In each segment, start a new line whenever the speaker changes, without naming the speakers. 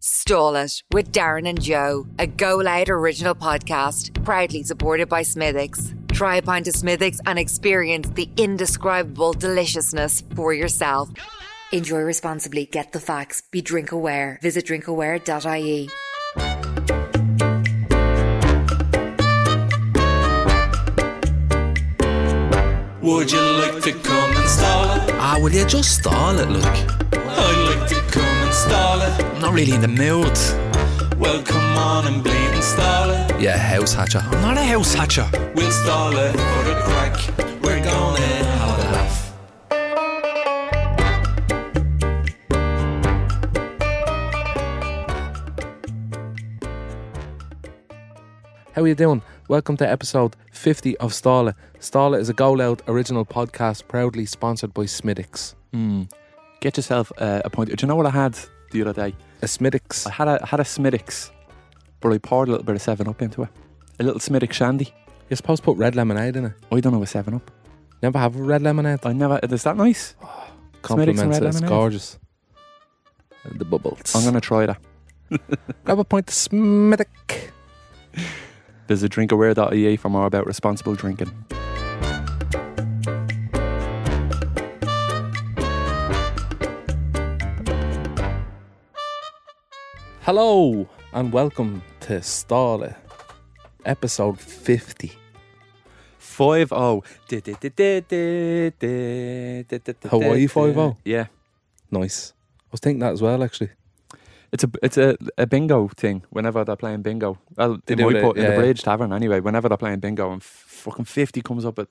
Stall It with Darren and Joe, a Go Loud original podcast, proudly supported by Smithix. Try a pint of Smithix and experience the indescribable deliciousness for yourself. Enjoy responsibly, get the facts, be drink aware. Visit drinkaware.ie.
Would you like to come and stall it?
Ah, will you just stall it, look?
I'd like to come and stall it.
I'm not really in the mood.
Well, come on and bleed and stall it.
Yeah, house hatcher. I'm not a house hatcher.
We'll stall it for the crack. We're gonna have a laugh.
How are you doing? Welcome to episode 50 of Stala. Stala is a Go Loud original podcast proudly sponsored by Smiddix.
Get yourself uh, a point. Do you know what I had the other day?
A Smiddix.
I had a I had a Smittix, but I poured a little bit of Seven Up into it. A little Smittix shandy.
You're supposed to put red lemonade in it.
I don't know a Seven Up.
Never have a red lemonade.
I never. Is that nice?
Compliments
and
it.
red
It's
lemonade.
gorgeous. The bubbles.
I'm gonna try that.
grab a point of Smithick.
There's a drinkaware.ie for more about responsible drinking.
Hello and welcome to Stala, episode 50.
Five oh. Hawaii
Hawaii 5-0?
Yeah,
Nice. I was thinking that as well, actually.
it's a it's a, a bingo thing. Whenever they're playing bingo, well,
They
in,
do
my
it,
pub- in
yeah.
the Bridge Tavern anyway. Whenever they're playing bingo, and f- fucking fifty comes up, at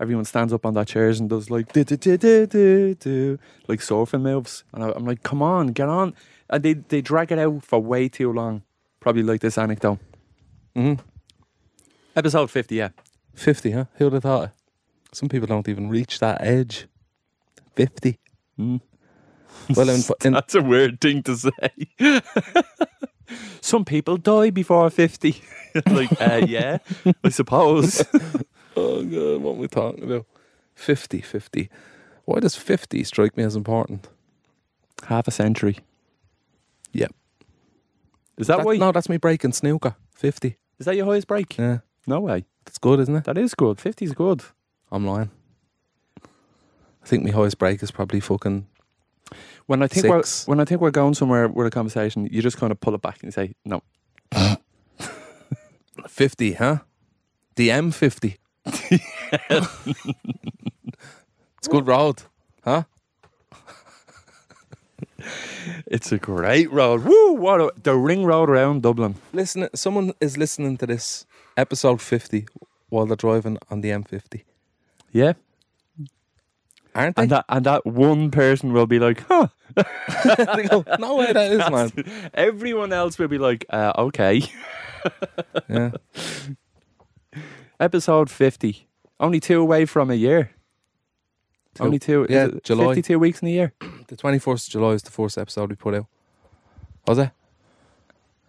everyone stands up on their chairs and does like do, do, do, do, do, do, like surfing moves, and I, I'm like, come on, get on, and they they drag it out for way too long. Probably like this anecdote. Mm-hmm.
Mhm.
Episode fifty, yeah.
50, huh? Who would have thought it? Some people don't even reach that edge. 50.
Mm.
Well, in, in,
That's a weird thing to say. Some people die before 50. like, uh, yeah, I suppose.
Oh god, what am we talking about? 50, 50. Why does 50 strike me as important?
Half a century.
Yep.
Is that,
That-
why?
no, that's me breaking snooker. 50.
Is that your highest break?
Yeah.
No way.
That's good, isn't it?
That is good. 50 is good.
I'm lying. I think my highest break is probably fucking
When I think we we're
Six.
when I think we're going somewhere with a conversation, you just kind of pull it back and say, "No,
50, huh? DM 50. it's good road, huh?
it's a great road. Woo! What a, the ring road around Dublin.
Listen, someone is listening to this episode 50 while they're driving on the M50.
Yeah,
Aren't they?
and that and that one person will be like, "Huh."
They go, no way that is, man.
Everyone else will be like, uh, "Okay."
Yeah.
Episode 50. Only two away from a year.
Two.
Only two. is
Yeah,
it
July.
52 weeks in a year.
The 24th of July is the first episode we put out. Was it?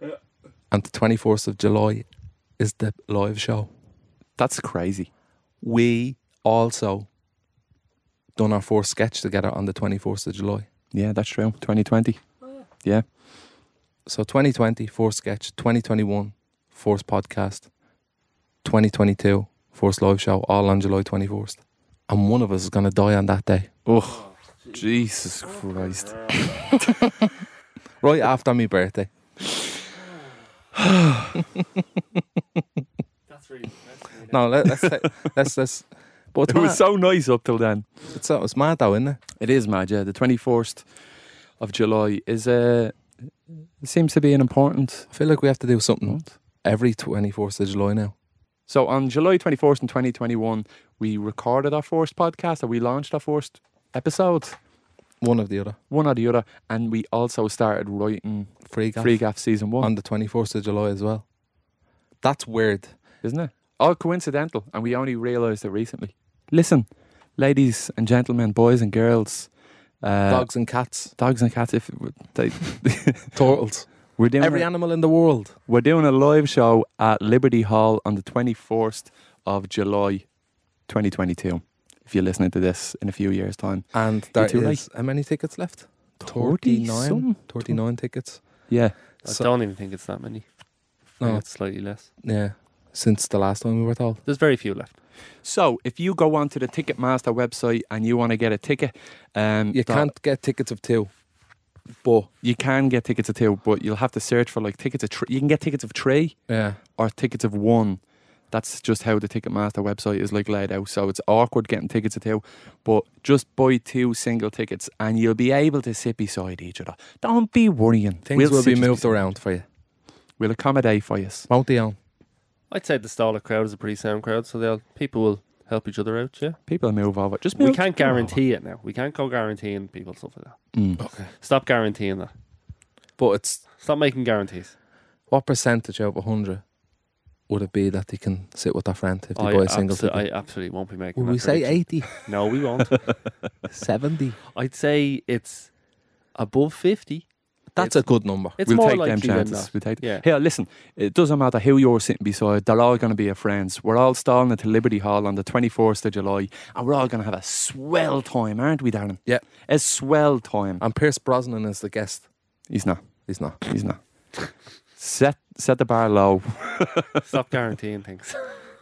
Yeah. And the 24th of July is the live show.
That's crazy.
We also done our first sketch together on the 24th of July.
Yeah, that's true. 2020. Oh, Yeah.
So 2020, first sketch. 2021, first podcast. 2022, first live show, all on July 24th. And one of us is going to die on that day.
Oh, Jesus Christ.
Right after my birthday. No, let, let's, say- let's, let's, but it's
It was
mad.
so nice up till then.
It's, uh, it's mad though, isn't it?
It is mad, yeah. The 21st of July is Uh, it seems to be an important
I feel like we have to do something
month.
every 24th of July now.
So on July 24th in 2021, we recorded our first podcast or we launched our first episode,
One of the other.
one or the other. And we also started writing
Free gaff.
Free Gaff Season 1.
on the 24th of July as well. That's weird.
isn't it? All coincidental, and we only realised it recently. Listen, ladies and gentlemen, boys and girls, uh,
Dogs and cats,
dogs and cats. If they,
turtles,
we're doing
every
a,
animal in the world.
we're doing a live show at Liberty Hall on the twenty first of July, twenty twenty two. If you're listening to this in a few years' time,
And there
too
is how many tickets left?
30 some.
39 tickets.
Yeah.
I
So-
don't even think it's that many. I think
No.
it's slightly less.
Yeah. Since the last time we were told.
There's very few left.
So if you go onto the Ticketmaster website and you want to get a ticket, um,
You
that-
can't get tickets of two.
But you can get tickets of two, but you'll have to search for like tickets of. Tr- you can get tickets of three
Yeah.
or tickets of one. That's just how the Ticketmaster website is like laid out. So it's awkward getting tickets of two, but just buy two single tickets and you'll be able to sit beside each other. Don't be worrying.
Things will
sit
be
just
moved
beside-
around for you.
We'll accommodate for you.
Won't they on?
I'd say the Stala crowd is a pretty sound crowd, so they'll people will help each other out. Yeah,
People move over. Just move.
we can't guarantee it now. We can't go guaranteeing people stuff like that.
Mm.
Okay.
Stop guaranteeing that.
But it's
Stop making guarantees.
what percentage out of 100 would it be that they can sit with their friend if they
I,
buy a single
abso-
ticket?
I absolutely won't be making.
would
that
we say
prediction.
80,
No, we won't.
70?
I'd say it's above fifty.
That's a good number.
It's
we'll
more
take
likely
them chances.
than not.
We'll take
Yeah.
Here, listen, it doesn't matter who you're sitting beside, they're all going to be your friends. We're all stalling at the Liberty Hall on the 24th of July, and we're all going to have a swell time, aren't we, Darren?
Yeah.
A swell time.
And Pierce Brosnan is the guest.
He's not.
He's not.
He's not. set, set the bar low.
Stop guaranteeing things.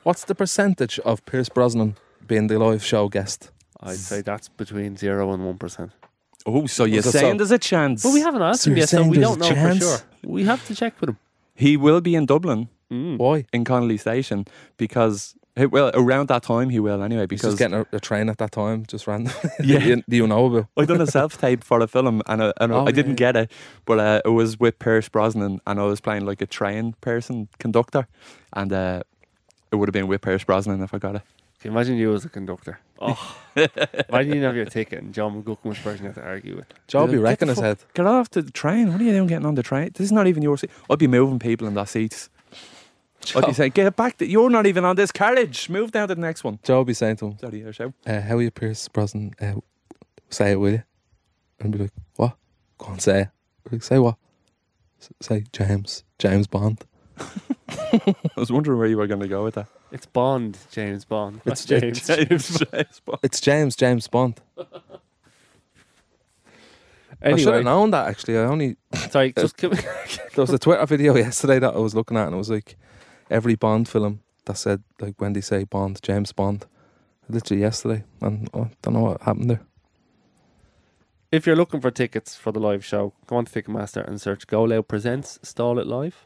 What's the percentage of Pierce Brosnan being the live show guest?
I'd say that's between zero and one percent.
Oh, so you're
Was it
saying
so?
there's a chance.
But we haven't asked
So
him
you're
yet, so
saying
we
there's
don't
a
know
chance?
for sure. We have to check with him. Mm.
He will be in Dublin,
Why?
in Connolly Station, because, well, around that time he will anyway,
Because
because
getting a, a train at that time, just random.
Yeah.
you, you know about.
I done a self tape for a film, and I, and I-
Oh,
I
yeah,
didn't
yeah.
get it, but uh, it was with Pierce Brosnan, and I was playing like a train person conductor, and uh, it would have been with Pierce Brosnan if I got it.
Can you imagine you as a conductor? Oh, imagine you didn't have your ticket and John McGuckin was the person you had to argue with.
Joe be
Get the
wrecking his
fuck-
head.
Get off the train! What are you doing getting on the train? This is not even your seat. I'd be moving people in their seats. I'd be saying, "Get back! th- You're not even on this carriage. Move down to the next one."
Joe be saying to him,
Sorry, your show.
uh, how are you Pierce Brosnan? Uh, say it, will you? And be like, what? Go on, say it. Like, say what? S- say James, James Bond.
I was wondering where you were going to go with that.
It's Bond, James Bond.
It's
Not
James-
James, James Bond.
It's James, James Bond. I should have
Anyway,
known that actually. I only
sorry, just can we-
there was a Twitter video yesterday that I was looking at, and it was like every Bond film that said like when they say Bond, James Bond. Literally yesterday, and I don't know what happened there.
if you're looking for tickets for the live show, go on to Ticketmaster and search Go Loud Presents Stall It Live.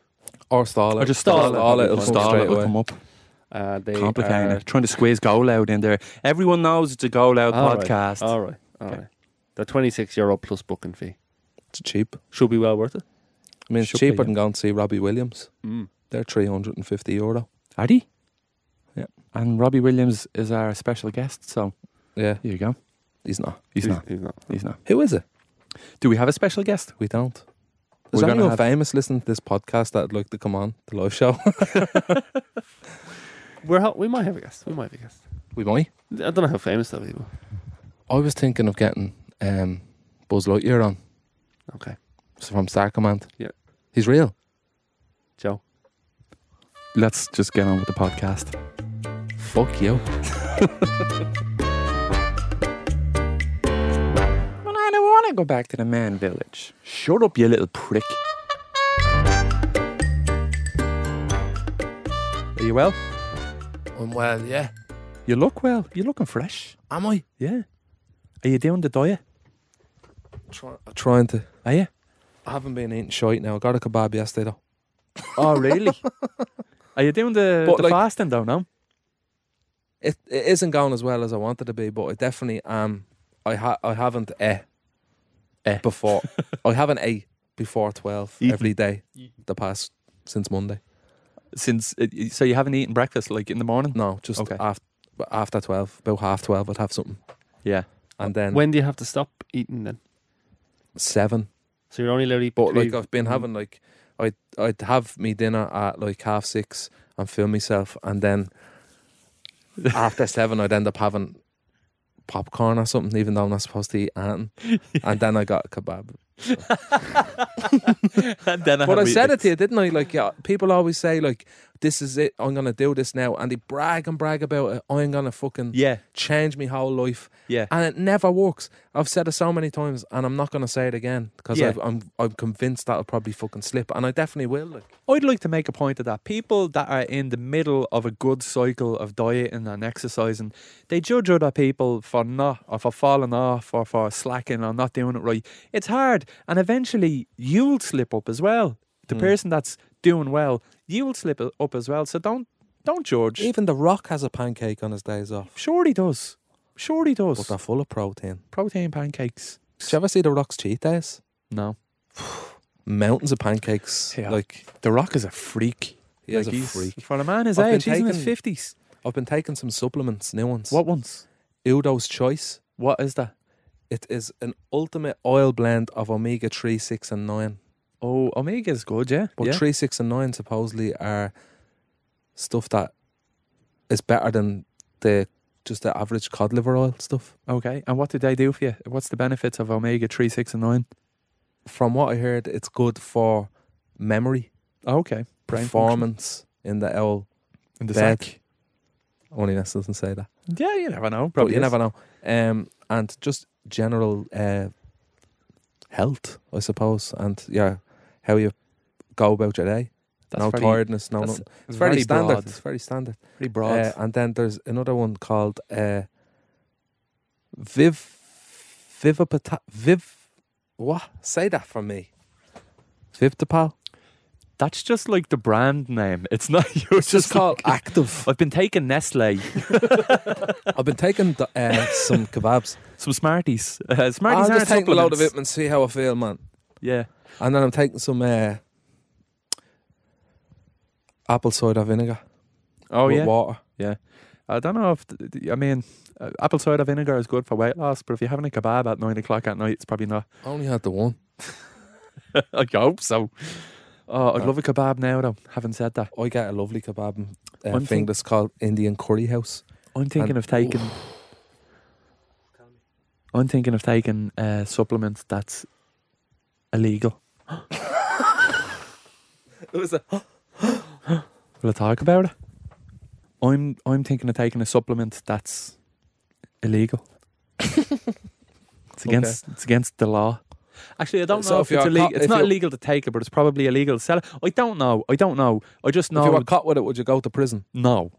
Or stall it.
Or just stall it.
Stall it. It'll
Stall
come
it,
straight
it'll
away.
come up.
Uh, they
complicating
are-
it. Trying to squeeze Go Loud in there. Everyone knows it's a Go Loud
All right,
podcast.
All right, all right. The 26 euro plus booking fee.
It's cheap.
Should be well worth it.
I mean, it's
Should be,
cheaper
yeah.
than going to see Robbie Williams. They're three hundred and fifty euro.
Are they?
Yeah.
And Robbie Williams is our special guest, so
Yeah,
here you go.
he's not.
He's not.
He's not.
He's not.
Who is it?
Do we have a special guest?
We don't.
We're
Is there
gonna
anyone
have-
famous listening to this podcast that'd like to come on the live show?
We're, ho- we might have a guest. We might have a guest.
we might.
I don't know how famous they'll be. but-
I was thinking of getting um, Buzz Lightyear on.
Okay.
So from Star Command.
Yeah.
He's real.
Joe.
Let's just get on with the podcast.
Fuck you.
Well, I don't want to go back to the man village. Shut up, you little prick. Are you well?
I'm well, yeah.
You look well. You're looking fresh.
Am I?
Yeah. Are you doing the diet?
Try- trying to.
Are you?
I haven't been eating shite now. I got a kebab yesterday though.
Oh, really? Are you doing the,
But
the
like-
fasting though? No.
It, it isn't going as well as I wanted to be, but I definitely am. I ha- I haven't eh, eh. before. I haven't ate before 12
Eaten.
every day the past since Monday.
since uh, y- so you haven't eaten breakfast like in the morning
No, just
Okay.
after, after 12, about half 12, I'd have something.
yeah
And then
When do you have to stop eating then?
seven.
So you're only allowed to eat
But like
between-
I've been
Mm-hmm.
having like I'd I'd have me dinner at like half six and film myself and then after seven I'd end up having popcorn or something, even though I'm not supposed to eat anything. And then I got a kebab.
and then
But I said it to you, didn't I? Like yeah, people always say like this is it. I'm gonna do this now, and they brag and brag about it. I'm gonna fucking
Yeah.
change my whole life.
Yeah.
and it never works. I've said it so many times, and I'm not gonna say it again because
Yeah.
I'm I'm convinced that'll probably fucking slip, and I definitely will. Like,
I'd like to make a point of that. People that are in the middle of a good cycle of dieting and exercising, they judge other people for not or for falling off or for slacking or not doing it right. It's hard, and eventually you'll slip up as well. The person that's doing well, you'll slip it up as well. So don't don't judge.
even The Rock has a pancake on his days off,
Sure he does. Sure he
but
does.
they're full of protein.
Protein pancakes.
Did you ever see The Rock's cheat days?
No.
Mountains of pancakes.
Yeah.
Like
The Rock is a freak.
he is
Like,
a
he's-
freak.
For a man his
I've been
age, he's in his
taken-
fifties.
I've been taking some supplements, new ones.
What ones?
Udo's Choice.
What is that?
It is an ultimate oil blend of omega 3, 6, and 9.
Oh, omega is good, yeah.
But
yeah.
3, 6, and 9 supposedly are stuff that is better than the just the average cod liver oil stuff.
Okay, and what did they do for you? What's the benefits of omega three, six, and nine?
From what I heard, it's good for memory,
Okay, brain function
performance in the owl.
in the
bed.
sack.
Only Ness doesn't say that.
Yeah, you never know.
But
Probably
you never know. Um, and just general uh, health, I suppose. And yeah, how you go about your day.
That's
no
very-
tiredness, no
that's
nothing. It's very, standard.
broad.
It's very standard.
Very broad.
Uh, and then there's another one called uh, Viv Vivapata Viv. What? Say that for me. Vivtapal.
That's just like the brand name. It's not. you
It's just called Active.
I've been taking Nestle,
I've been taking the, uh, some kebabs.
some Smarties. Uh,
I'll
Smarties
just take
aren't
a load of it
supplements.
and see how I feel, man.
Yeah.
And then I'm taking some uh, apple cider vinegar
Oh
with
yeah.
water.
I don't know if. th- th- I mean, uh, apple cider vinegar is good for weight loss, but if you're having a kebab at nine o'clock at night, it's probably not.
I only had the one.
I hope so. Oh, I'd love a kebab now, though. Having said that,
I get a lovely kebab uh,
I'm
thing
think-
that's called Indian Curry House.
I'm thinking
And-
of taking. I'm thinking of taking a supplement that's illegal.
It was a
Will I talk about it? I'm I'm thinking of taking a supplement that's illegal. it's against it's against the law. Actually, I don't
So
know
if
if,
you're
it's
caught-
illegal. It's
if
not
you're-
illegal to take it, but it's probably illegal to sell it. I don't know. I don't know. I just
If you
know.
were caught with it, would you go to prison?
no,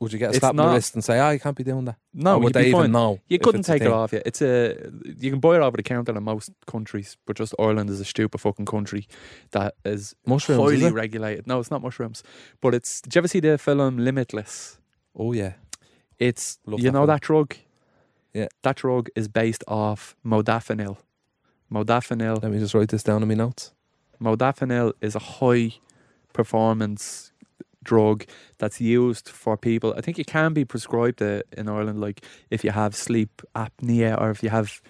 Would you get a
It's
slap on
not-
the wrist and say, "Ah, you can't be doing that"?
no.
Or would
you'd
they
be
even
fine.
know?
You
if
couldn't
it's a
take it
thing?
off you. It's a you can buy it over the counter in most countries, but just Ireland is a stupid fucking country that is
Mushrooms. is
highly
it?
regulated. No, it's not mushrooms, but it's. Did you ever see the film Limitless?
Oh yeah.
It's
Love
you
that
know
film.
that drug.
Yeah.
that drug is based off modafinil. Modafinil,
Let me just write this down in my notes.
modafinil is a high performance drug that's used for people. I think it can be prescribed uh, in Ireland, like if you have sleep apnea or if you have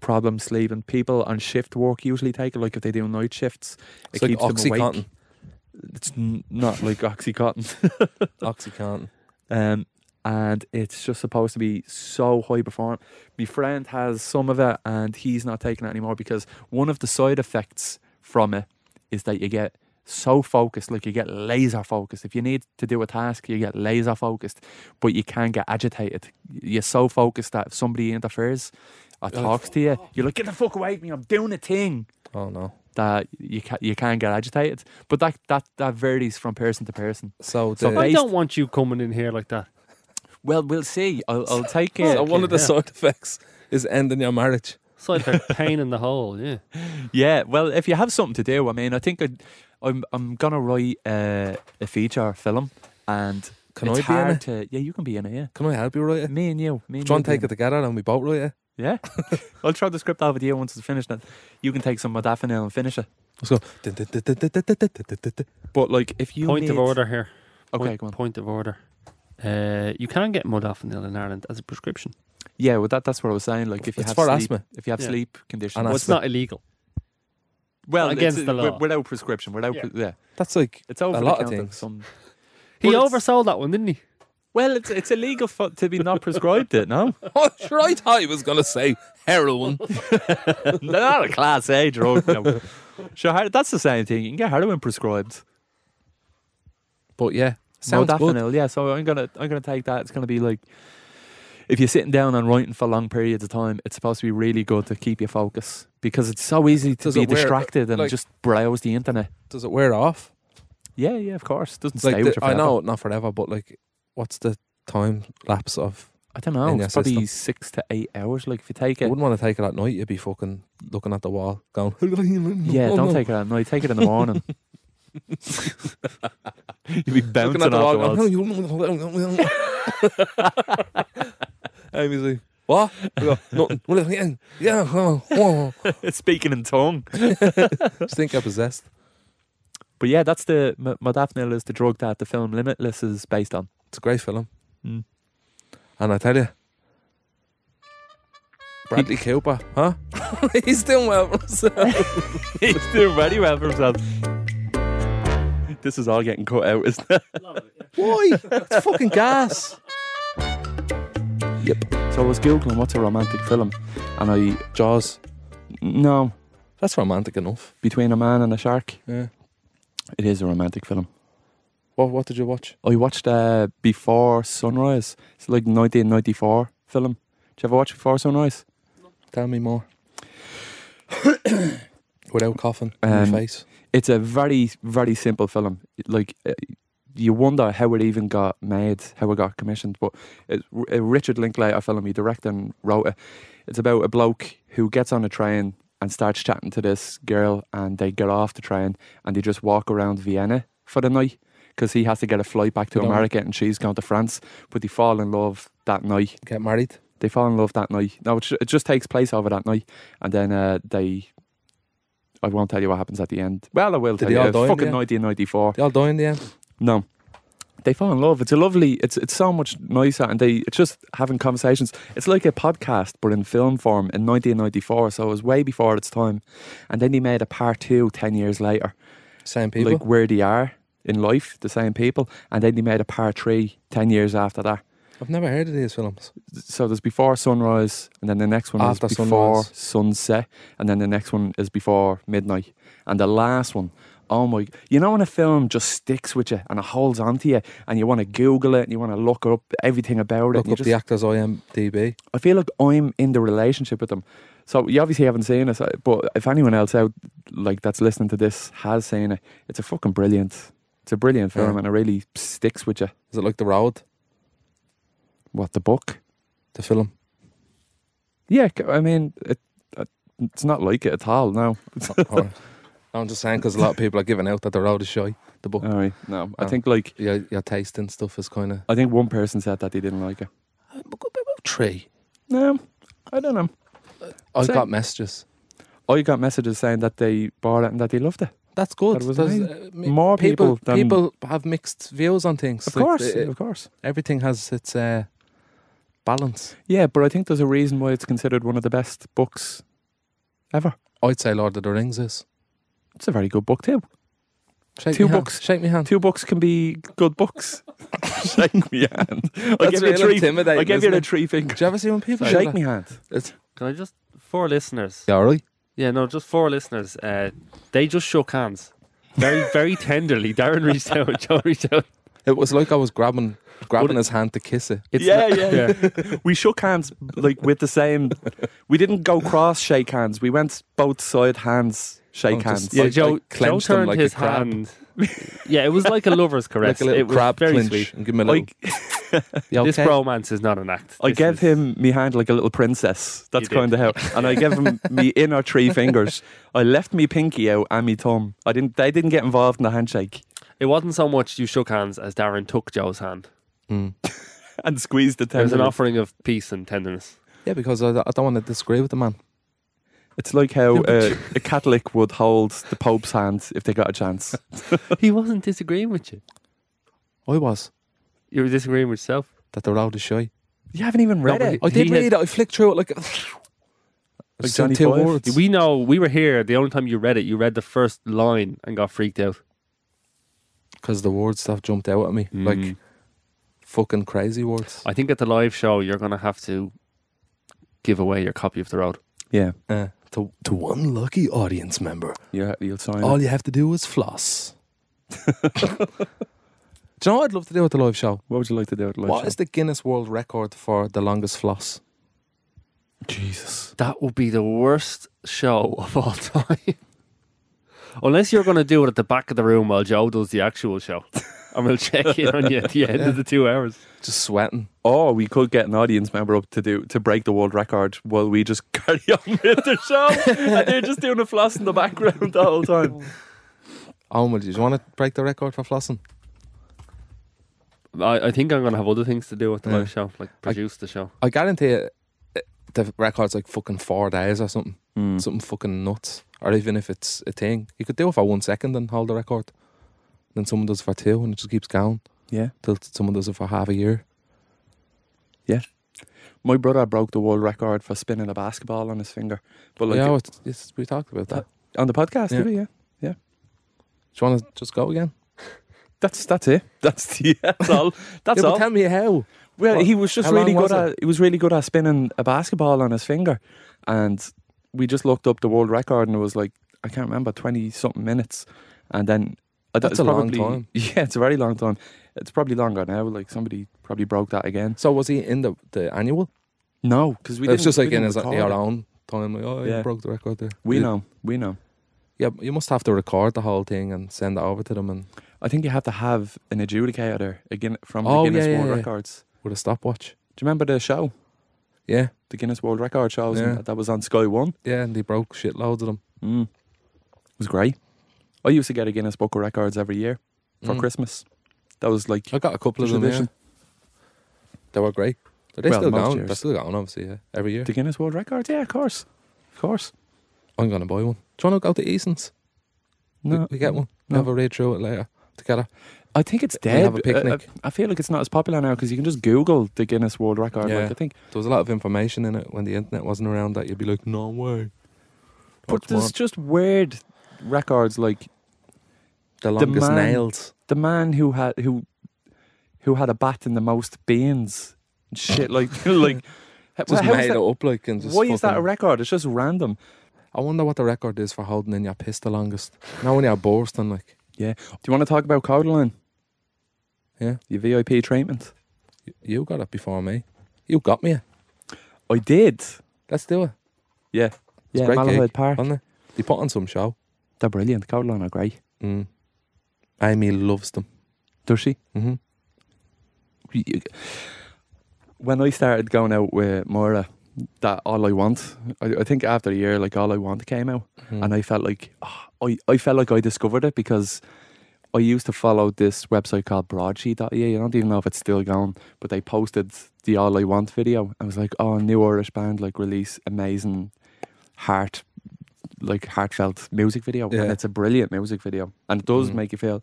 problems sleeping. People on shift work usually take it, like if they do night shifts,
It's like
it keeps them
OxyContin.
awake. It's n- not like oxycontin.
OxyContin.
um, and it's just supposed to be so high perform. My friend has some of it, and he's not taking it anymore because one of the side effects from it is that you get so focused, like you get laser focused. If you need to do a task, you get laser focused, but you can get agitated. You're so focused that if somebody interferes or talks to you, you're like, "Get the fuck away from me! I'm doing a thing."
Oh no.
That you can you can get agitated, but that that that varies from person to person.
So, the,
So
I
based-
don't want you coming in here like that.
Well, we'll see. I'll, I'll take it.
so one of the
yeah.
side effects is ending your marriage.
It's like a pain in the hole. Yeah.
Yeah, well, if you have something to do, I mean, I think I'd, I'm I'm gonna write uh, a feature film, and
Can I be
it's
in
hard
it?
To, yeah, you can be in it. Yeah,
Can I help you write it?
me and you, me and
John,
you
take
be
it together and we both write it.
in it. Yeah, I'll throw the script over to you once it's finished. Then you can take some modafinil and finish it.
Let's go. Dun, dun, dun, dun, dun, dun, dun, dun, dun.
But like, if you
Point of
need-
order here.
okay,
Point,
come on.
point of order. Uh, you can get modafinil in Ireland as a prescription.
Yeah, well, that that's what I was saying. Like, if you
It's
have
for
sleep,
asthma.
if you have
Yeah.
sleep conditions,
And
Well,
That's
it's not illegal.
well it's,
against
uh,
the
wi-
law.
without prescription, without
Yeah.
pre- yeah,
That's like
it's over
a
the
lot of
counter,
things.
Some,
He
Well, it's-
oversold that one, didn't he?
well, it's it's illegal for, to be not prescribed it. No,
Oh, sure, I thought he was gonna say heroin.
They're
er
not a class A drug. No. sure, har- that's the same thing. You can get heroin prescribed.
but yeah,
Sound
it's good.
Daffodil, yeah. So I'm gonna I'm gonna take that. It's gonna be like if you're sitting down and writing for long periods of time, it's supposed to be really good to keep your focus because it's so easy to
Does
be
it wear-
distracted and
like-
just browse the internet.
Does it wear off?
Yeah, yeah, of course. Doesn't
Like
stay
the-
with you
I
forever.
know not forever, but like, what's the time lapse of?
I don't know.
in your
It's probably
system.
six to eight hours. Like if you take
I
it,
wouldn't want to take it at night. You'd be fucking looking at the wall, going.
yeah, don't take it at night. Take it in the morning. You'll be bouncing
Looking at the wall,
off the walls.
going. Amy's like, what? I go, Nothing. Yeah, oh, oh.
Speaking in tongue.
Just think I possessed.
But yeah, that's the M- modafinil is the drug that the film Limitless is based on.
It's a great film.
Mm.
And I tell you, Bradley Cooper, huh? He's doing well for himself.
He's doing very well for himself. This is all getting cut out, isn't it?
Why? It's fucking gas.
So I was googling what's a romantic film, and I
Jaws.
no
That's romantic enough.
between a man and a shark.
Yeah.
It is a romantic film.
What What did you watch?
I watched uh, Before Sunrise. It's like 1994 film. Did you ever watch Before Sunrise?
Tell me more. Without coughing
Um,
in your face.
It's a very very simple film. It- Like uh, you wonder how it even got made, how it got commissioned. But it's R- a Richard Linklater film. He directed and wrote it. It's about a bloke who gets on a train and starts chatting to this girl, and they get off the train and they just walk around Vienna for the night because he has to get a flight back to
Good on.
America and she's gone to France. But they fall in love that night.
Get married.
they fall in love that night. No, it, ju- it just takes place over that night, and then uh, they. I won't tell you what happens at the end. Well, I will
Did
tell
they
you.
all
It's
die in the
fucking
end?
1994.
They all die in the end.
No, they fall in love. It's a lovely. It's it's so much nicer, and they it's just having conversations. It's like a podcast, but in film form in 1994. So it was way before its time, and then they made a part two 10 years later
Same people.
like where they are in life, the same people, and then they made a part three 10 years after that.
I've never heard of these films.
so there's before sunrise, and then the next one
After
is before
sunrise.
sunset, and then the next one is before midnight, and the last one, oh my! You know when a film just sticks with you and it holds on to you, and you want to Google it and you want to look up everything about
Look
it. and you
up
just-
the actors IMDb.
I feel like I'm in the relationship with them. So you obviously haven't seen it, so- but if anyone else out like that's listening to this has seen it, it's a fucking brilliant. It's a brilliant film,
Yeah.
and it really sticks with you.
Is it like The Road,
What the book?
the film?
Yeah, c- I mean, it, it, it's not like it at all. No,
Or- I'm just saying because a lot of people are giving out that The Road is shy. The book.
all right, no. I
Oh.
think like
your, your taste in stuff is kind of
I think one person said that they didn't like it.
tree.
No, I don't know.
I
Same.
got messages.
I got messages saying that they bought it and that they loved it.
That's good.
That was
There's,
amazing.
uh, mi-
More people than-
people have mixed views on things.
Of
Like,
course,
uh,
of course.
everything has its uh, balance.
Yeah, but I think there's a reason why it's considered one of the best books ever.
I'd say Lord of the Rings is
It's a very good book too.
Shake
Two
me hand.
books.
Shake me hand.
Two books can be good books. Shake me hand. I
That's
give you
real
three.
intimidating,
I give you
isn't
the
it?
three fingers.
Do you ever see when people
Shake me hand.
It's
Can I just for listeners?
yeah, all right.
Yeah, no, just for our listeners, uh, they just shook hands. Very, very tenderly. Darren reached out and Joe reached out.
It was like I was grabbing grabbing
What-
his hand to kiss it.
It's
yeah,
not-
yeah, yeah. we shook hands like with the same. We didn't go cross shake hands. We went both side hands shake
Oh, just
hands.
Yeah,
Like-
Joe,
like
Joe
clenched them
turned
like a
his
crab.
hand. Yeah, it was like a lover's
Like
caress.
a little
it was
crab
very
clinch
sweet.
and give him a little.
Like
You
This
okay?
bromance is not an act.
I
This
gave
is-
him me hand like a little princess. That's
You did.
kind of how. And I gave him me inner three fingers. I left me pinky out and me thumb. I didn't. They didn't get involved in the handshake
It wasn't so much you shook hands as Darren took Joe's hand.
Mm.
and squeezed the
It was an
tendon.
offering of peace and tenderness.
Yeah, because I, I don't want to disagree with the man.
It's like how uh, a Catholic would hold the Pope's hand if they got a chance.
He wasn't disagreeing with you.
I was
You were disagreeing with yourself.
that the road is shy.
You haven't even read
but
it.
he-
I did
had-
read it. I flicked through it like.
Like
Said
Johnny
two
Five?
words.
We know we were here. The only time you read it, you read the first line and got freaked out.
because the word stuff jumped out at me
Mm-hmm.
like fucking crazy words.
Mm. I think at the live show, you're going to have to give away your copy of The Road.
Yeah,
Uh, to to one lucky audience member, Oh,
you, you'll sign. it.
all you have to do is floss. Do you know what I'd love to do at the live show?
What would you like to do at a live
What
show?
is the Guinness World Record for the longest floss?
Jesus.
That would be the worst show of all time. Unless you're going to do it at the back of the room while Joe does the actual show. And we'll check in on you at the end of the two hours.
Just sweating.
Or Oh, we could get an audience member up to do to break the world record while we just carry on with the show, and they're just doing a floss in the background the whole time.
Owen, do you want to break the record for flossing?
I, I think I'm going to have other things to do with the
Yeah.
live show, like produce the show.
I guarantee it, it- the record's like fucking four days or something.
Hmm. Mm.
Something fucking nuts. Or even if it's a thing, you could do it for one second and hold the record. Then someone does it for two and it just keeps going
Yeah.
till someone does it for half a year.
My brother broke the world record for spinning a basketball on his finger. But like
yeah, it's, it's, we talked about that.
on the podcast,
Yeah.
did we? Yeah. Yeah.
Do you want to just go again?
That's that's it. That's the that's all. That's
yeah, but
all.
tell me how.
Well,
What-
he was just
how
really
long
good
was
at
it?
he was really good at spinning a basketball on his finger, and we just looked up the world record and it was like I can't remember twenty something minutes, and then uh,
That's
it's
a long
probably,
time.
Yeah, it's a very long time. It's probably longer now. Like somebody probably broke that again.
So was he in the, the annual?
No, because we
it was
didn't.
just
we
like in
didn't
his
record
your
it.
own time. Like, oh,
Yeah.
you broke the record there.
We
You-
know. We know.
Yeah, but you must have to record the whole thing and send it over to them and
I think you have to have an adjudicator again from
Oh,
the Guinness
yeah, yeah,
World
yeah.
Records.
with a stopwatch.
Do you remember the show,
Yeah,
the Guinness World Record shows
Yeah.
and that was on Sky One?
yeah, and they broke shitloads of them.
Mm. It was great. I used to get a Guinness Book of Records every year for
Mm.
Christmas. That was like
I got a couple of them. Yeah.
Tradition.
They were great. Are they
Well,
still
most
going?
years.
They're still going, obviously. Yeah, every year.
the Guinness World Records. Yeah, of course, of course.
I'm gonna buy one. Do you want to go to Easton's? We- we, get one.
no.
Have a read through it later together.
I think it's
We
dead.
have a
I-
picnic.
I, I feel like it's not as popular now because you can just Google the Guinness World Record.
Yeah.
Like I think,
There was a lot of information in it when the internet wasn't around. That you'd be like, no way.
but
What's
there's
more?
just weird records like
the longest
man-
nails.
the man who had who who had a bat in the most beans, and shit like like.
Just
how is
made
that-
it up like and just.
why is that a
fucking-
record? It's just random.
I wonder what the record is for holding in your piss the longest. Now when you're bursting, like
Yeah. Do you want to talk about Codaline?
Yeah.
Your VIP treatment.
y- you got it before me. You got me.
I did.
Let's do it.
Yeah.
It's
yeah,
great
Malahide
gig,
Park.
wasn't it? They put on some show.
They're brilliant. Caroline are great.
Mm. Amy loves them.
Does she?
Mm-hmm.
When I started going out with Moira, that All I Want, I, I think after a year, like All I Want came out.
Mm.
And I felt like, ah, I, I felt like I discovered it because I used to follow this website called broadsheet.ie. I don't even know if it's still going, but they posted the All I Want video. I was like, oh, new Irish band, like release amazing heart, like heartfelt music video.
Yeah.
And it's a brilliant music video. And it does
Mm.
make you feel,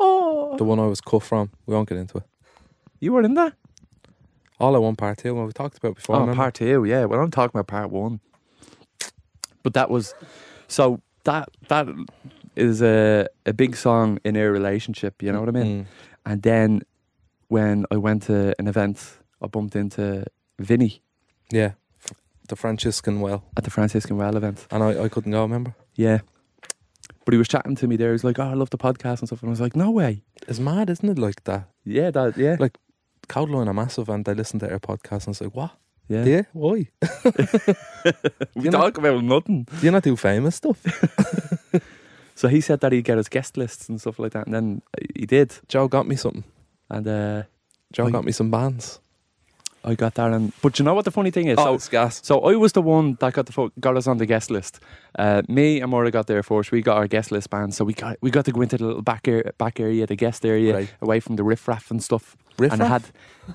oh,
The one I was cut from. We won't get into it.
you were in that?
All I want part two. Well, we talked about it before.
Oh,
remember?
part two, yeah. Well, I'm talking about part one. But that was so that that is a a big song in our relationship. You know what I mean?
Mm.
And then when I went to an event, I bumped into Vinny
Yeah, F- the Franciscan well,
at the Franciscan Well event.
and I, I couldn't go. Remember?
Yeah. But he was chatting to me there. He was like, "Oh, I love the podcast and stuff." And I was like, "No way."
It's mad, isn't it? Like that.
Yeah, that. Yeah,
Like- Cowdline are massive, and they listen to their podcast, and it's like, what?
yeah.
Yeah, why?
We
you know-
talk about nothing.
Do you not do famous stuff?
So he said that he'd get us guest lists and stuff like that, and then he did.
Joe got me something.
And uh,
Joe
I-
got me some bands. Oh.
I got that. And but you know what the funny thing is? So-
it's gas.
So I was the one that got the fo- got us on the guest list. Uh, me and Maura got there first. We got our guest list banned, so we got we got to go into the little back area, back area, the guest area,
Right.
away from the riffraff and stuff.
Riff
And I had,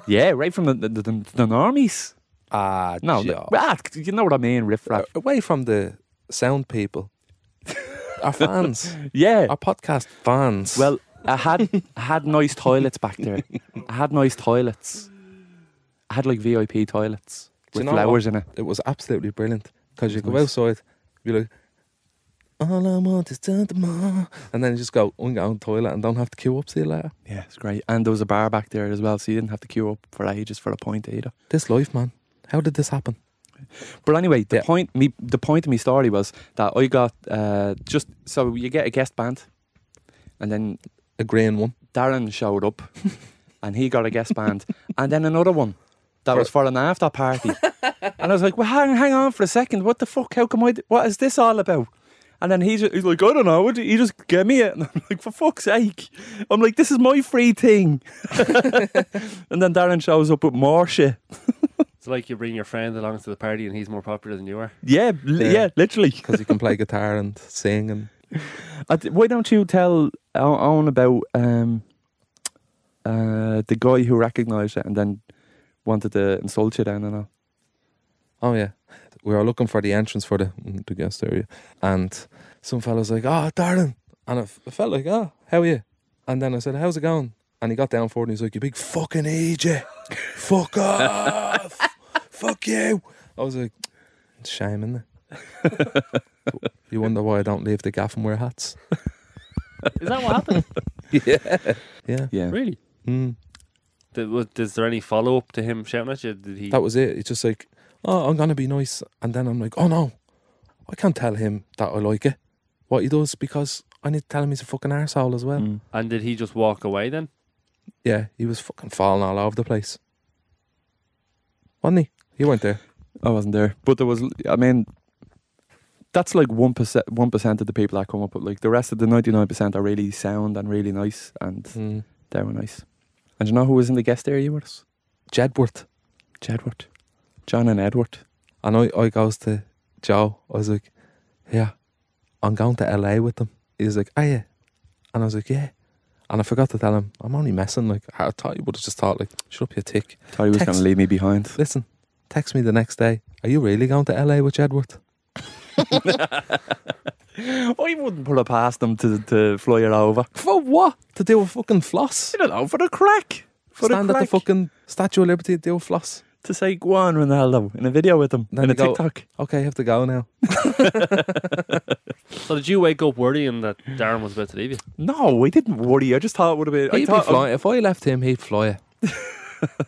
yeah, right from the the, the, the normies.
ah Uh,
No, the- ah, you know what I mean, riffraff.
away from the sound people. our fans,
Yeah.
our podcast fans.
Well, I had I had nice toilets back there. I had nice toilets. I had like VIP toilets
Do
with
you know
flowers in it.
it was absolutely brilliant because you go
nice.
outside, you're like, all I want is to the mall," and then you just go, I'm going to the toilet and don't have to queue up. See you later.
Yeah, it's great. And there was a bar back there as well, so you didn't have to queue up for ages for a pint either.
This life, man. How did this happen?
But anyway, the
Yeah.
point me the point of my story was that I got uh, just so you get a guest band, and then
A green one.
Darren showed up and he got a guest band, and then another one that was for an after party. and I was like, well, hang, hang on for a second. What the fuck? How come I? d- What is this all about? And then he's, he's like, I don't know. What, you just gave me it. And I'm like, for fuck's sake. I'm like, this is my free thing. and then Darren shows up with more shit.
It's like you bring your friend along to the party and he's more popular than you are.
Yeah, li-
Yeah.
yeah, literally.
because you can play guitar and sing and
I th- why don't you tell O- Owen about um, uh, the guy who recognised it and then wanted to insult you then and all?
Oh yeah, we were looking for the entrance for the mm, the guest area, and some fella's like, "Oh, Darren," and I f- I felt like, "Oh, how are you?" And then I said, "How's it going?" And he got down forward and he's like, "You big fucking idiot, fuck off, fuck you." I was like, it's "Shame in You wonder why I don't leave the gaff and wear hats.
Is that what happened?
yeah, yeah.
Yeah.
really?
Mm.
Did, was, is there any follow up to him shouting at you? Did he?
That was it. It's just like, oh, I'm gonna be nice, and then I'm like, oh no, I can't tell him that I like it, what he does, because I need to tell him he's a fucking arsehole as well.
Mm.
and did he just walk away then?
Yeah, he was fucking falling all over the place. Wasn't he? He went there.
I wasn't there, but there was. I mean, that's like one percent. One percent of the people that come up, but like the rest of the ninety-nine percent are really sound and really nice, and
Mm.
they were nice. And you know who was in the guest area with us?
Jedworth.
Jedward, John and Edward.
And I, I goes to Joe. I was like, yeah, I'm going to LA with them. He was like, are you? And I was like, yeah. And I forgot to tell him, I'm only messing. Like, I thought you would have just thought, like, shut up your tick.
Thought he was going
Text-
to leave me behind.
Listen, text me the next day. Are you really going to LA with Jedward?
I wouldn't put it past them to to fly it over.
For what? To do a fucking floss?
I don't know for the crack. For
Stand
the
at
crack.
the fucking Statue of Liberty and do a floss.
to say go on Ronaldo in a video with him
Then
in a
you go-
TikTok.
Okay, I have to go now.
So did you wake up worrying that Darren was about to leave you?
No, I didn't worry. I just thought it would have been. I
He'd be
thought,
flying. If I left him, he'd fly it.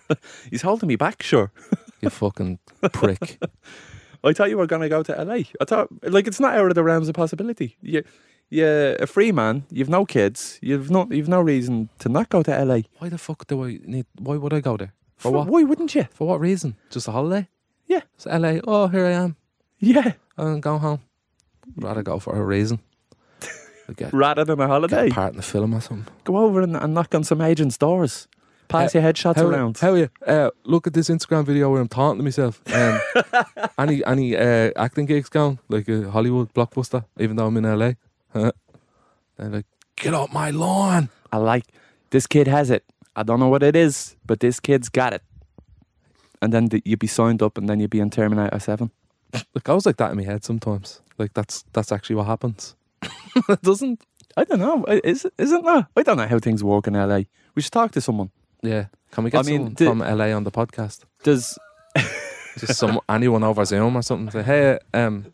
oh, he's holding me back. Sure,
You fucking prick.
I thought you were going to go to LA. I thought like it's not out of the realms of possibility. You, you're a free man. You've no kids. You've not. You've no reason to not go to LA.
Why the fuck do I need? Why would I go there? For
For
what?
Why wouldn't you?
For what reason? Just a holiday?
Yeah.
It's LA. Oh, here I am.
Yeah,
I'm going home. Rather go for a reason. I Get,
rather than a
get
holiday,
a part in the film or something.
go over and, and knock on some agents' doors. Pass your headshots
how,
around.
How are you? Uh, look at this Instagram video where I'm taunting myself. Um, any any uh, acting gigs going? Like a Hollywood blockbuster, even though I'm in LA. Huh? They're like, get off my lawn.
I like this kid has it. I don't know what it is, but this kid's got it. And then the, you'd be signed up, and then you'd be in Terminator Seven.
Like I was like that in my head sometimes. Like that's that's actually what happens. it doesn't.
I don't know. I- Is isn't that? I don't know how things work in LA. We should talk to someone.
Yeah. Can we get
I mean,
someone
the-
from LA on the podcast?
Does
Just some anyone over Zoom or something. Say, hey, um,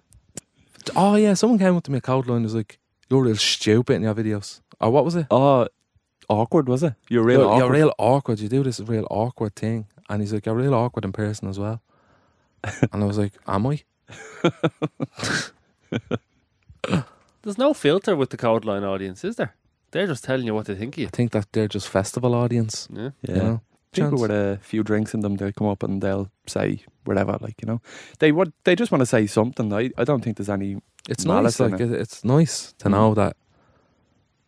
oh yeah, someone came up to me a cold line. Was like, you're real stupid in your videos. Or what was it?
oh awkward was it? Oh, You're real
you're,
awkward.
you're real awkward. You do this real awkward thing. And he's like, you're real awkward in person as well. and I was like, am I?
There's no filter with the code line audience, is there? They're just telling you what they think of you.
I think that they're just festival audience.
Yeah.
You
yeah.
know?
People
Chance.
with a few drinks in them, they come up and they'll say whatever. Like you know, they would. They just want to say something. I, I don't think there's any.
It's
Malice
nice.
in
Like
it.
it- Mm-hmm. it's nice to know that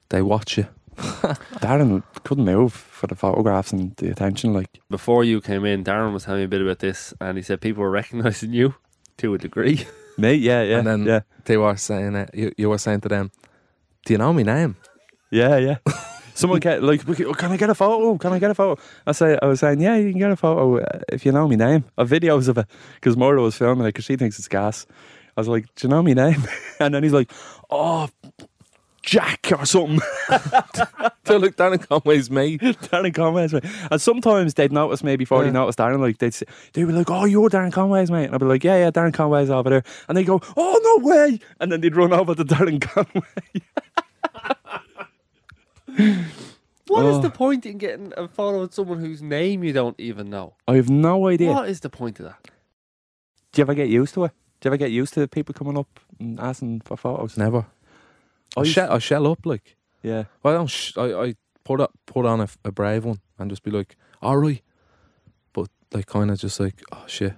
they watch you.
Darren couldn't move for the photographs and the attention. Like
Before you came in, Darren was telling me a bit about this, and he said people were recognizing you to a degree.
me, yeah, yeah,
And then-
yeah,
They were saying it. You, you were saying to them, "Do you know my name?"
Yeah, yeah. Someone get like, we could- oh, can I get a photo? Can I get a photo? I say, I was saying, yeah, you can get a photo uh, if you know my name. I have videos of it because Maura was filming it because she thinks it's gas. I was like, do you know my name? And then he's like, oh, Jack or something.
They look down and Conway's me.
Darren Conway's mate. And sometimes they'd notice me before
Yeah.
they noticed Darren. Like they'd say, they'd be like, oh, you're Darren Conway's mate. And I'd be like, yeah, yeah, Darren Conway's over there. And they go, oh, no way. And then they'd run over to Darren Conway.
What is
Oh.
the point in getting a photo with someone whose name you don't even know?
I have no idea.
What is the point of that?
Do you ever get used to it? Do you ever get used to people coming up and asking mm, er for photos?
Never. I,
I
shell, I shell up like.
Yeah.
Well, I don't. Sh- I, I put up, put on a, f- a brave one and just be like, all right, but like kind of just like, oh shit,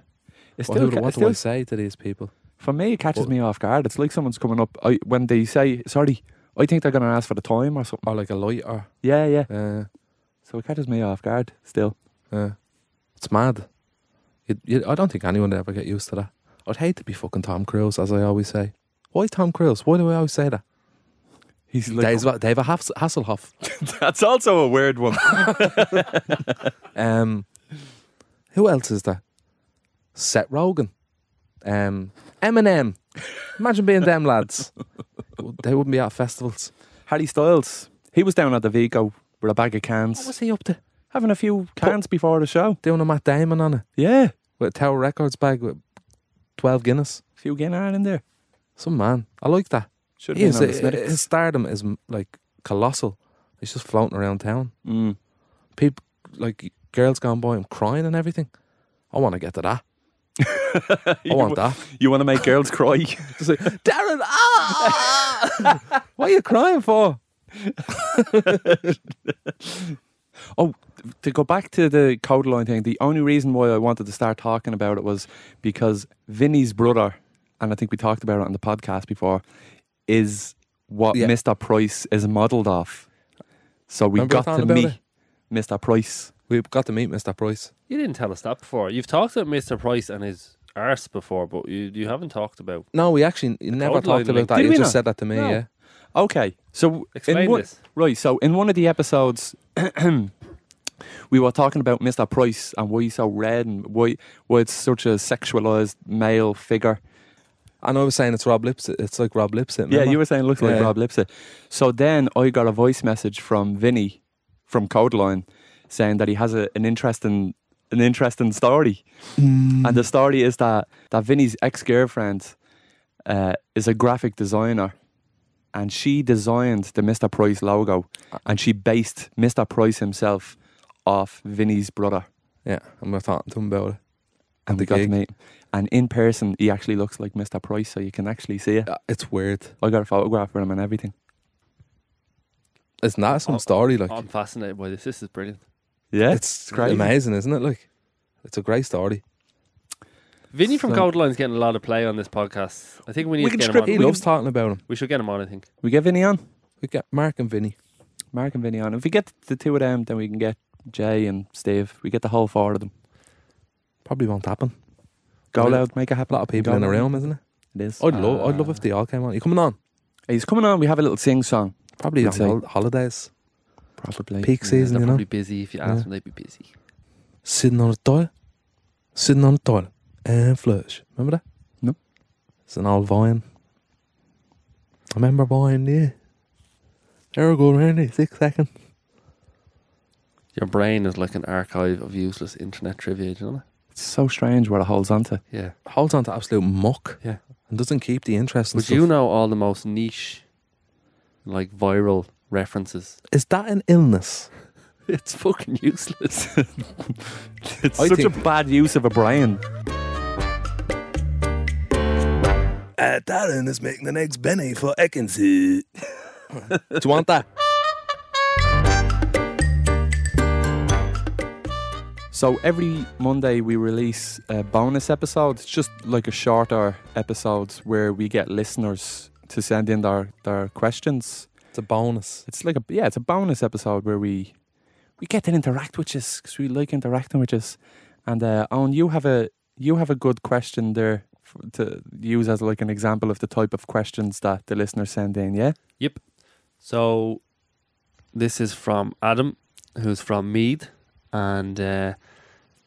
It's
what, do-
ca-
what
it's
do I
still-
say to these people?
for me, it catches
But-
me off guard. It's like someone's coming up I, when they say, "Sorry, I think they're going to ask for the time or something."
Or like a lighter,
Yeah, yeah.
uh,
So it catches me off guard. Still,
uh, it's mad. You, you, I don't think anyone would ever get used to that. I'd hate to be fucking Tom Cruise, as I always say. Why Tom Cruise? Why do I always say that?
he's like,
Dave's, David Hass- Hasselhoff.
"That's also a weird one."
Um, who else is there? Seth Rogen, um, Eminem. Imagine being them lads. They wouldn't be at festivals.
Harry Styles, he was down at the Vigo with a bag of
What
cans,
was he up to?
having a few cans before the show.
Doing a Matt Damon on it
Yeah, a
with a Tower Records bag with twelve Guinness.
few Guinness in there.
Some man. I like that.
Should
He
be on
is,
the
uh,
Smithics.
his stardom is m- like colossal. He's just floating around town.
Mm.
People like girls going by him crying and everything. I want to get to that. I want that.
You want to make girls cry?
Just like, Darren, ah! what are you crying for?
Oh, to go back to the code line thing, the only reason why I wanted to start talking about it was because Vinny's brother, and I think we talked about it on the podcast before, is what
Yeah.
Mr. Price is modelled off. So we
Remember we
got
talked
to
about
meet
it?
Mr. Price.
We've got to meet Mr. Price.
You didn't tell us that before. You've talked about Mr. Price and his arse before, but you, you haven't talked about.
No, we actually never
code line
talked about
link.
that.
Did
He
we
just
not?
said that to me,
No.
yeah.
Okay, so
Explain
in one,
this.
right? So in one of the episodes, we were talking about Mr. Price and why he's so red and why why it's such a sexualized male figure.
And I was saying it's Rob Lips. It's like Rob Lipsit.
Yeah,
remember?
you were saying it looks like
Yeah.
Rob Lipset. So then I got a voice message from Vinny from Codeline saying that he has a, an interesting an interesting story.
Mm.
And the story is that that Vinny's ex-girlfriend uh, is a graphic designer and she designed the Mr. Price logo and she based Mr. Price himself off Vinny's brother.
Yeah, and we were talking to him about it.
And we
the
got
gig.
to meet. him. And in person, he actually looks like Mr. Price, so you can actually see it.
Uh, It's weird.
I got a photograph with him and everything.
Isn't that some
Oh,
story? Like,
I'm fascinated by this. This is brilliant.
Yeah,
it's amazing, isn't it? Like, it's a great story.
Vinny from
So-
Code Line's getting a lot of play on this podcast. I think we need
We
to
can
get him
script-
on.
He
we
loves talking about him.
We should get him on, I think.
We get Vinny on.
We get Mark and Vinny.
Mark and Vinny on. If we get the two of them, then we can get Jay and Steve. We get the whole four of them.
Probably won't happen.
Go
Well,
loud, make it
A
happen.
lot of people
Go
in the
loud.
room, isn't it?
It is. Oh,
I'd love. I'd love if they all came on. You coming on?
He's coming on. We have a little sing song,
Probably
We'd
on
say-
hol- holidays,
probably.
peak season.
they're
You know,
probably busy. If you ask
Yeah.
them, they'd be busy.
sitting on a toilet, sitting on a toilet, and flush. er Remember that?
No.
It's an old vine. I remember buying yeah. There we go, Randy. Six seconds.
Your brain is like an archive of useless internet trivia, do you know that?
It's so strange what it holds on to.
Yeah.
Holds on to absolute muck.
Yeah.
And doesn't keep the interest. and
Would
stuff.
you know all the most niche, like viral references?
Is that an illness?
It's fucking useless.
It's
I
such a
think-
bad use of a brain.
Uh, Darren is making the next Benny for Ekins.
Do you want that?
So every Monday we release a bonus episode. It's just like a shorter episode where we get listeners to send in their, their questions.
It's a bonus.
It's like a yeah, it's a bonus episode where we we get to interact with us because we like interacting with us. And uh, Owen, you have a you have a good question there f- to use as like an example of the type of questions that the listeners send in. Yeah,
Yep. So this is from Adam, who's from Mead. And uh,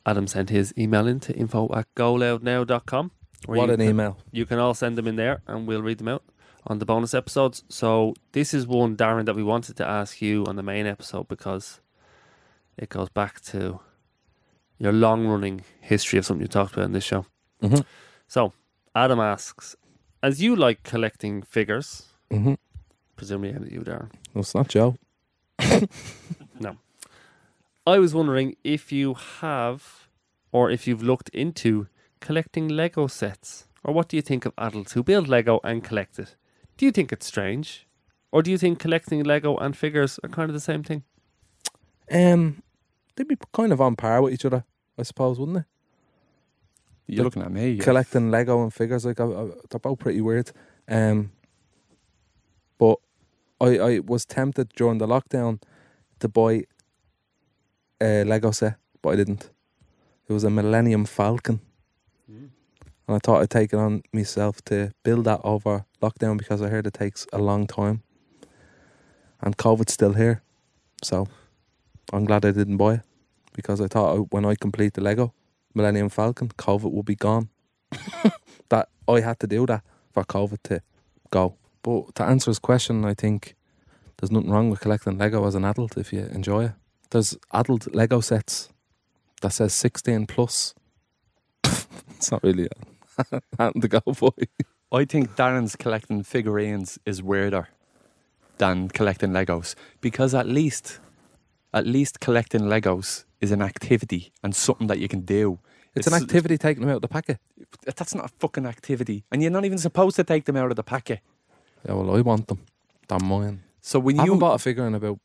Adam sent his email in to info at goloudnow.com. where
What
you
an
can-
email.
You can all send them in there and we'll read them out on the bonus episodes. So this is one, Darren, that we wanted to ask you on the main episode because it goes back to your long running history of something you talked about in this show.
Mhm.
So Adam asks, as you like collecting figures,
Mm-hmm.
presumably aimed at you, Darren.
No, it's not Joe.
I was wondering if you have or if you've looked into collecting Lego sets, or what do you think of adults who build Lego and collect it? Do you think it's strange? Or do you think collecting Lego and figures are kind of the same thing?
Um, they'd be kind of on par with each other, I suppose, wouldn't they?
You're looking at me. yeah.
Collecting Lego and figures, like I, I, they're both pretty weird. Um, but I, I was tempted during the lockdown to buy a Lego set, but I didn't. It was a Millennium Falcon, and I thought I'd take it on myself to build that over lockdown because I heard it takes a long time, and COVID's still here, so I'm glad I didn't buy it because I thought I, when I complete the Lego Millennium Falcon, COVID will be gone. that I had to do that for COVID to go. But to answer his question, I think there's nothing wrong with collecting Lego as an adult if you enjoy it. There's adult Lego sets that says 16 plus. it's not really happening to go boy.
I think Darren's collecting figurines is weirder than collecting Legos because at least, at least collecting Legos is an activity and something that you can do.
It's, an activity taking them out of the packet.
That's not a fucking activity, and you're not even supposed to take them out of the packet.
Yeah, well, I want them. They're mine.
So when
I
you
haven't bought a figure in about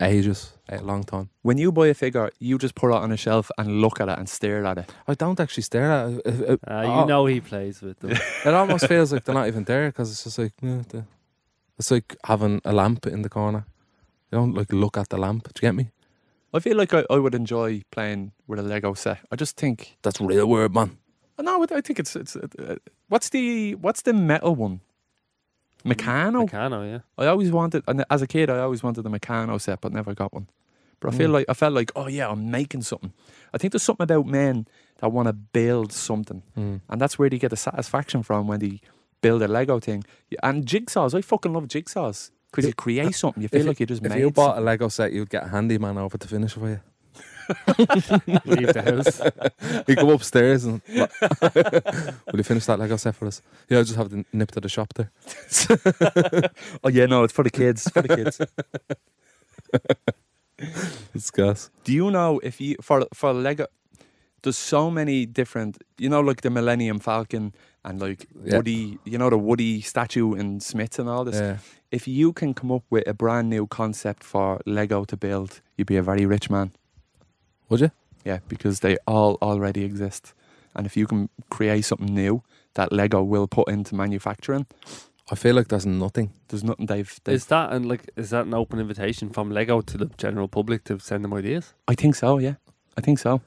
ages, a long time.
when you buy a figure, you just put it on a shelf and look at it and stare at it.
I don't actually stare at it. It, it-
Uh, you
oh,
know he plays with them.
it almost feels like they're not even there because it's just like, yeah, the- it's like having a lamp in the corner. You don't like look at the lamp. Do you get me?
I feel like I, I would enjoy playing with a Lego set. I just think
That's real word, man.
no, I think it's it's. Uh, what's the what's the metal one? Meccano.
Meccano, oh, yeah.
I always wanted, and as a kid, I always wanted a Meccano set, but never got one. But I
Mm.
feel like I felt like, oh yeah, I'm making something. I think there's something about men that want to build something, and that's where they get the satisfaction from when they build a Lego thing. Yeah, And jigsaws, I fucking love jigsaws because you create something. uh, You feel
you-
like you just
If
made.
you
something.
bought a Lego set, you'd get a handyman over to finish for you.
Leave the house.
He'd go upstairs and, will you finish that Lego set for us? Yeah, I just have to nip to the shop there.
oh yeah, no, it's for the kids. for the kids.
It's gas.
Do you know if you for for Lego? There's so many different, you know, like the Millennium Falcon and like
Yeah.
Woody, you know, the Woody statue in Smith and all this.
Yeah.
If you can come up with a brand new concept for Lego to build, you'd be a very rich man.
Would you?
Yeah, because they all already exist. And if you can create something new that Lego will put into manufacturing,
I feel like there's nothing.
there's nothing they've. they've
Is that and like is that an open invitation from Lego to the general public to send them ideas?
I think so. Yeah, I think so.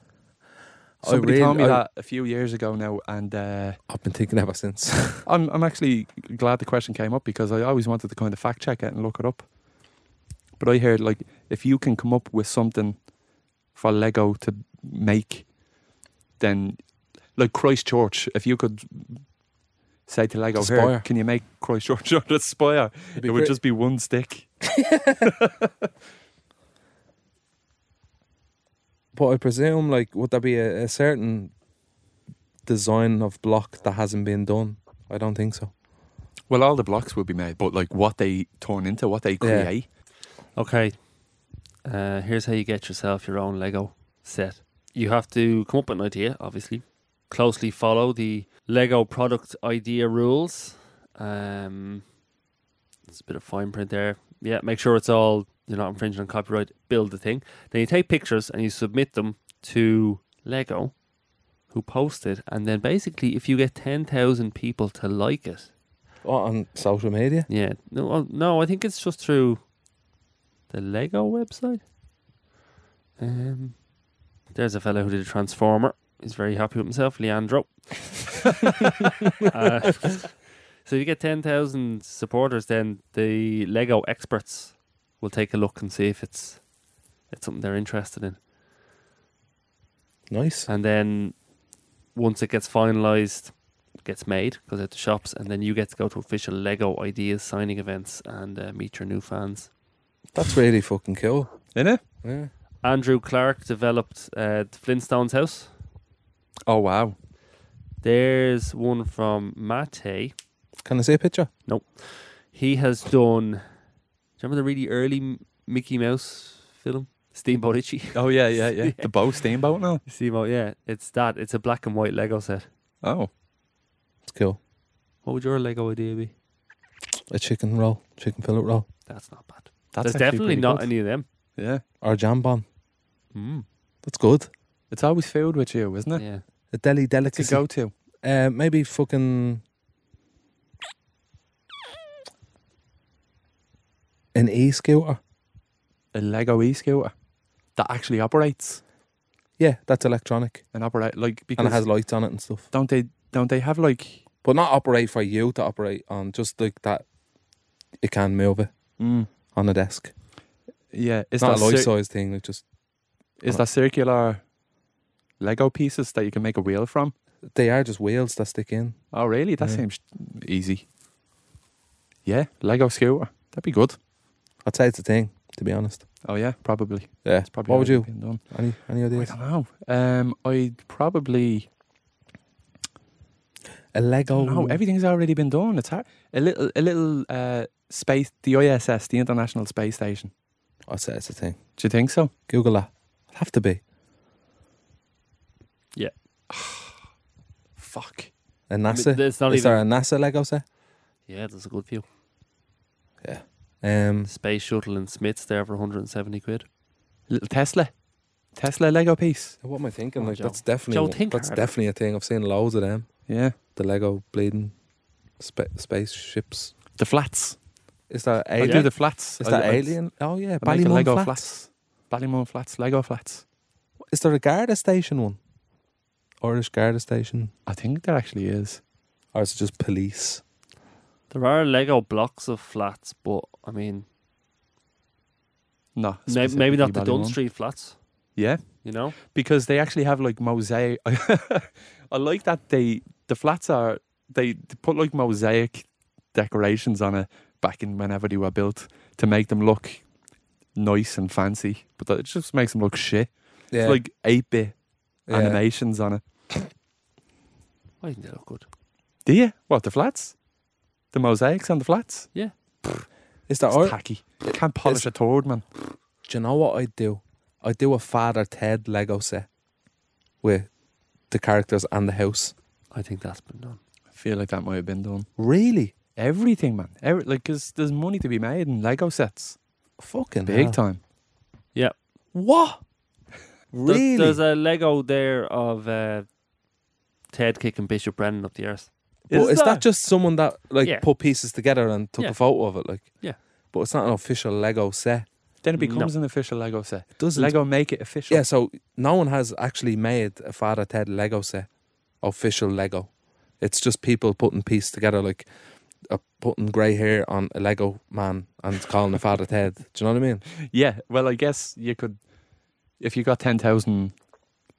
I
Somebody
really-
told me
I-
that a few years ago now, and uh,
I've been thinking ever since.
I'm I'm actually glad the question came up because I always wanted to kind of fact check it and look it up. But I heard like if you can come up with something for Lego to make, then like Christchurch, if you could say to Lego,
Spire.
here, can you make Christchurch on the spire? It would just be one stick.
But I presume, like, would there be a, a certain design of block that hasn't been done? I don't think so.
Well, all the blocks will be made, but like what they turn into, what they
Yeah.
create.
Okay. Uh, here's how you get yourself your own Lego set. You have to come up with an idea, obviously. Closely follow the Lego product idea rules. Um, it's a bit of fine print there. Yeah, make sure it's all you're not infringing on copyright. Build the thing. Then you take pictures and you submit them to Lego, who post it. And then basically, if you get ten thousand people to like it,
What, on social media?
yeah. No, uh, no, I think it's just through the Lego website. Um, there's a fellow who did a Transformer. He's very happy with himself, Leandro. Uh, so you get 10,000 supporters, then the Lego experts will take a look and see if it's it's something they're interested in.
Nice.
And then once it gets finalized, gets made, goes out to shops, and then you get to go to official Lego ideas signing events and uh, meet your new fans.
That's really fucking cool.
In it?
Yeah.
Andrew Clark developed uh, the Flintstones house.
Oh wow.
There's one from Mate.
Can I see a picture?
He has done. Do you remember the really early M- Mickey Mouse film, Steamboat Itchy?
Oh yeah, yeah, yeah. The bow steamboat now.
Steamboat, yeah, it's that. It's a black and white Lego set.
Oh.
It's cool.
What would your Lego idea be?
A chicken roll, chicken fillet roll.
That's not bad.
That's
There's
actually
definitely
pretty
not
good.
any of them.
Yeah,
Or jambon.
Mm.
That's good.
it's always food with you, isn't it?
Yeah.
A deli
It's a
delicacy.
go-to.
Uh, maybe fucking an e-scooter.
A Lego e-scooter that actually operates
Yeah, that's electronic
and operate like because
and it has lights on it and stuff.
don't they don't they have like
But not operate for you to operate on. Just like that, it can move it on a desk.
yeah?
It's
Is
Mm. not a
that
life
cir-
size thing. Like just
is that circular Lego pieces that you can make a wheel from?
they are just wheels that stick in.
Oh, really? That
Yeah.
seems easy. Yeah, Lego scooter. That'd be good.
I'd say it's a thing. To be honest,
Oh yeah, probably.
yeah.
It's probably
what would
already
you?
been done.
Any any
I
ideas?
don't know. Um, I'd probably
A Lego.
no. Everything's already been done. It's hard. a little a little uh, space. The ISS, the International Space Station.
I'd say it's a thing.
Do you think so?
Google that. It'd have to be
Fuck.
a
I mean,
NASA.
it's not
Is
even.
there a NASA Lego set?
Yeah, there's a good few.
Um,
Space shuttle and Smiths there for 170 quid.
Little Tesla. Tesla Lego piece.
what am I thinking?
on,
Like
Joe.
that's definitely
Joe,
one-
think
that's
harder.
definitely a thing. I've seen loads of them.
Yeah.
The Lego bleeding spa- spaceships.
The flats.
Is that
I
alien?
do the flats.
Is
I-
that
I'd-
alien? Oh yeah,
I make a
Ballymun
Lego
flats.
flats. Ballymun flats. Lego flats.
Is there a Garda station one? Irish Garda station,
I think there actually is.
or is it just police?
There are Lego blocks of flats, but I mean,
No.
may- maybe not the
specifically
Dunn
Ballymun.
Street flats.
Yeah.
You know,
because they actually have like mosaic. I like that they the flats are they, they put like mosaic decorations on it back in whenever they were built to make them look nice and fancy, but that, it just makes them look shit.
Yeah,
It's like eight bit
yeah.
animations on it.
I think they look good.
Do you? What the flats? The mosaics on the flats?
Is there?
It's
Ir-
tacky. You can't polish a turd, man.
do you know what I'd do? I'd do a Father Ted Lego set with the characters and the house.
I think that's been done.
I feel like that might have been done.
Really?
Everything, man. Every, like, because there's money to be made in Lego sets.
Fucking
Big
hell.
time.
Yeah,
What?
There-
Really?
There's a Lego there of uh, Ted kicking Bishop Brennan up the arse.
But is,
there?
that just someone that like
Yeah.
put pieces together and took
Yeah.
a photo of it? Like,
Yeah.
But it's not an official Lego set.
Then it
No.
becomes an official Lego set.
It doesn't.
Lego make it official.
Yeah. So no one has actually made a Father Ted Lego set, official Lego. It's just people putting pieces together, like uh, putting grey hair on a Lego man and calling a Father Ted. Do you know what I mean?
Yeah. Well, I guess you could, if you got 10,000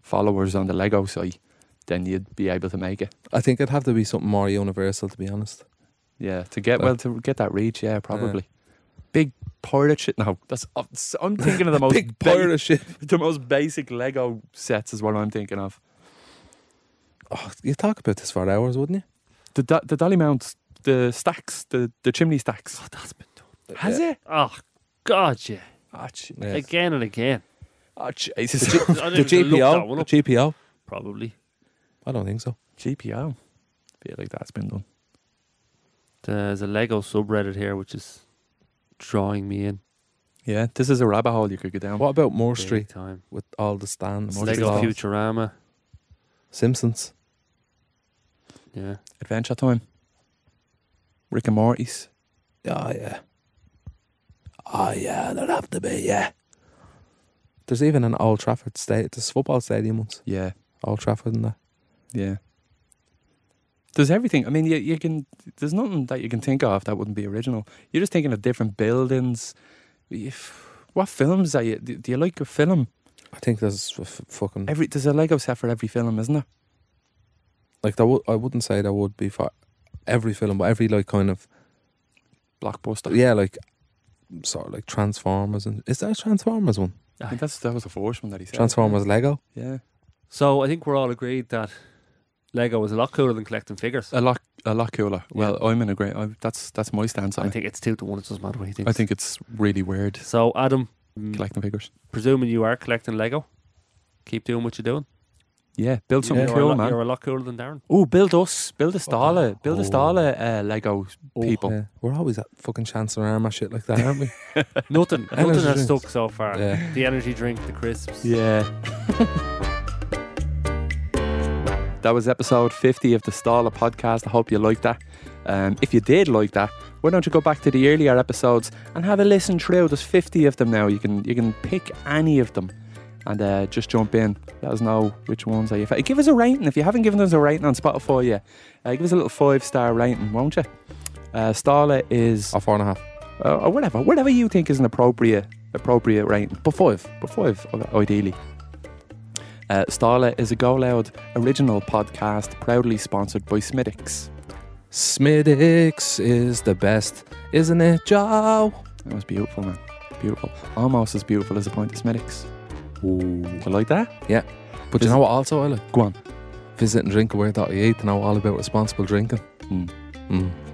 followers on the Lego site, then you'd be able to make it.
I think it'd have to be something more universal, to be honest.
Yeah. To get,
But-
well, to get that reach, yeah, probably. Big pirate shit. No, that's, I'm thinking of the most,
Big
ba-
pirate ship.
the most basic Lego sets is what I'm thinking of.
Oh, you talk about this for hours, wouldn't
The, do- the dolly mounts, the stacks, the, the chimney stacks.
Oh, that's been done.
you?
Has it?
Oh God, yeah,
Oh, je-
Yeah.
again and again.
oh Jesus.
I didn't
The
even look that
GPO.
one
The
up.
GPO.
Probably
I don't think so.
GPO. feel like that's been done.
there's a Lego subreddit here which is drawing me in.
Yeah, this is a rabbit hole you could go down.
What about Moore
big
Street
time.
with all the stands?
Moore
Lego
Street.
Futurama.
Simpsons.
Yeah,
Adventure Time. Rick and Morty's.
Oh yeah. Oh yeah, there'd have to be, yeah. There's even an Old Trafford state there's football stadium once.
Yeah,
Old Trafford and that.
yeah. There's everything. I mean, you, you can. There's nothing that you can think of that wouldn't be original. You're just thinking of different buildings. If- What films are you? Do do you like a film?
I think there's f- f- fucking
Every there's a Lego set for every film, isn't there?
like there would I wouldn't say there would be for every film, but every like kind of
Blockbuster.
yeah, like sort of like Transformers and is there a Transformers one?
I think that's that was the first one that he said.
Transformers Lego?
Yeah,
So I think we're all agreed that Lego is a lot cooler than collecting figures.
a lot, a lot cooler. Well, I'm in a great. I, that's that's my stance on
I
it.
think it's two to one. It doesn't matter what he thinks.
I think it's really weird
so. Adam, mm,
collecting figures.
presuming you are collecting Lego, keep doing what you're doing.
Yeah, build something
you're, a
cool,
lot,
man.
you're a lot cooler than Darren.
Oh, build us, build a stall, of- build
Oh.
a stall, of, uh, Lego people.
Yeah. We're always at fucking chance and arm at shit like that, aren't we?
Nothing, nothing
Energy
has
drinks.
stuck so far.
Yeah.
The energy drink, the crisps.
Yeah. that was episode 50 of the Stala podcast. I hope you liked that. Um, if you did like that, why don't you go back to the earlier episodes and have a listen through? There's 50 of them now. You can you can pick any of them and uh, just jump in. Let us know which ones are you. Fa- give us a rating if you haven't given us a rating on Spotify yet. Uh, give us a little five star rating, won't you? Uh, Stala is
Or Oh, four and a half.
uh, or whatever, whatever you think is an appropriate appropriate rating. But five, but five i- ideally. Uh, Starlet is a Go Loud original podcast proudly sponsored by Smittix.
Smiddix is the best, isn't it, Joe?
That was beautiful, man. Beautiful. Almost as beautiful as a pint of Smittix. You like that?
But you know what also I like?
Go on.
Visit and drinkaware.ie to know all about responsible drinking.
Mm.
Mm.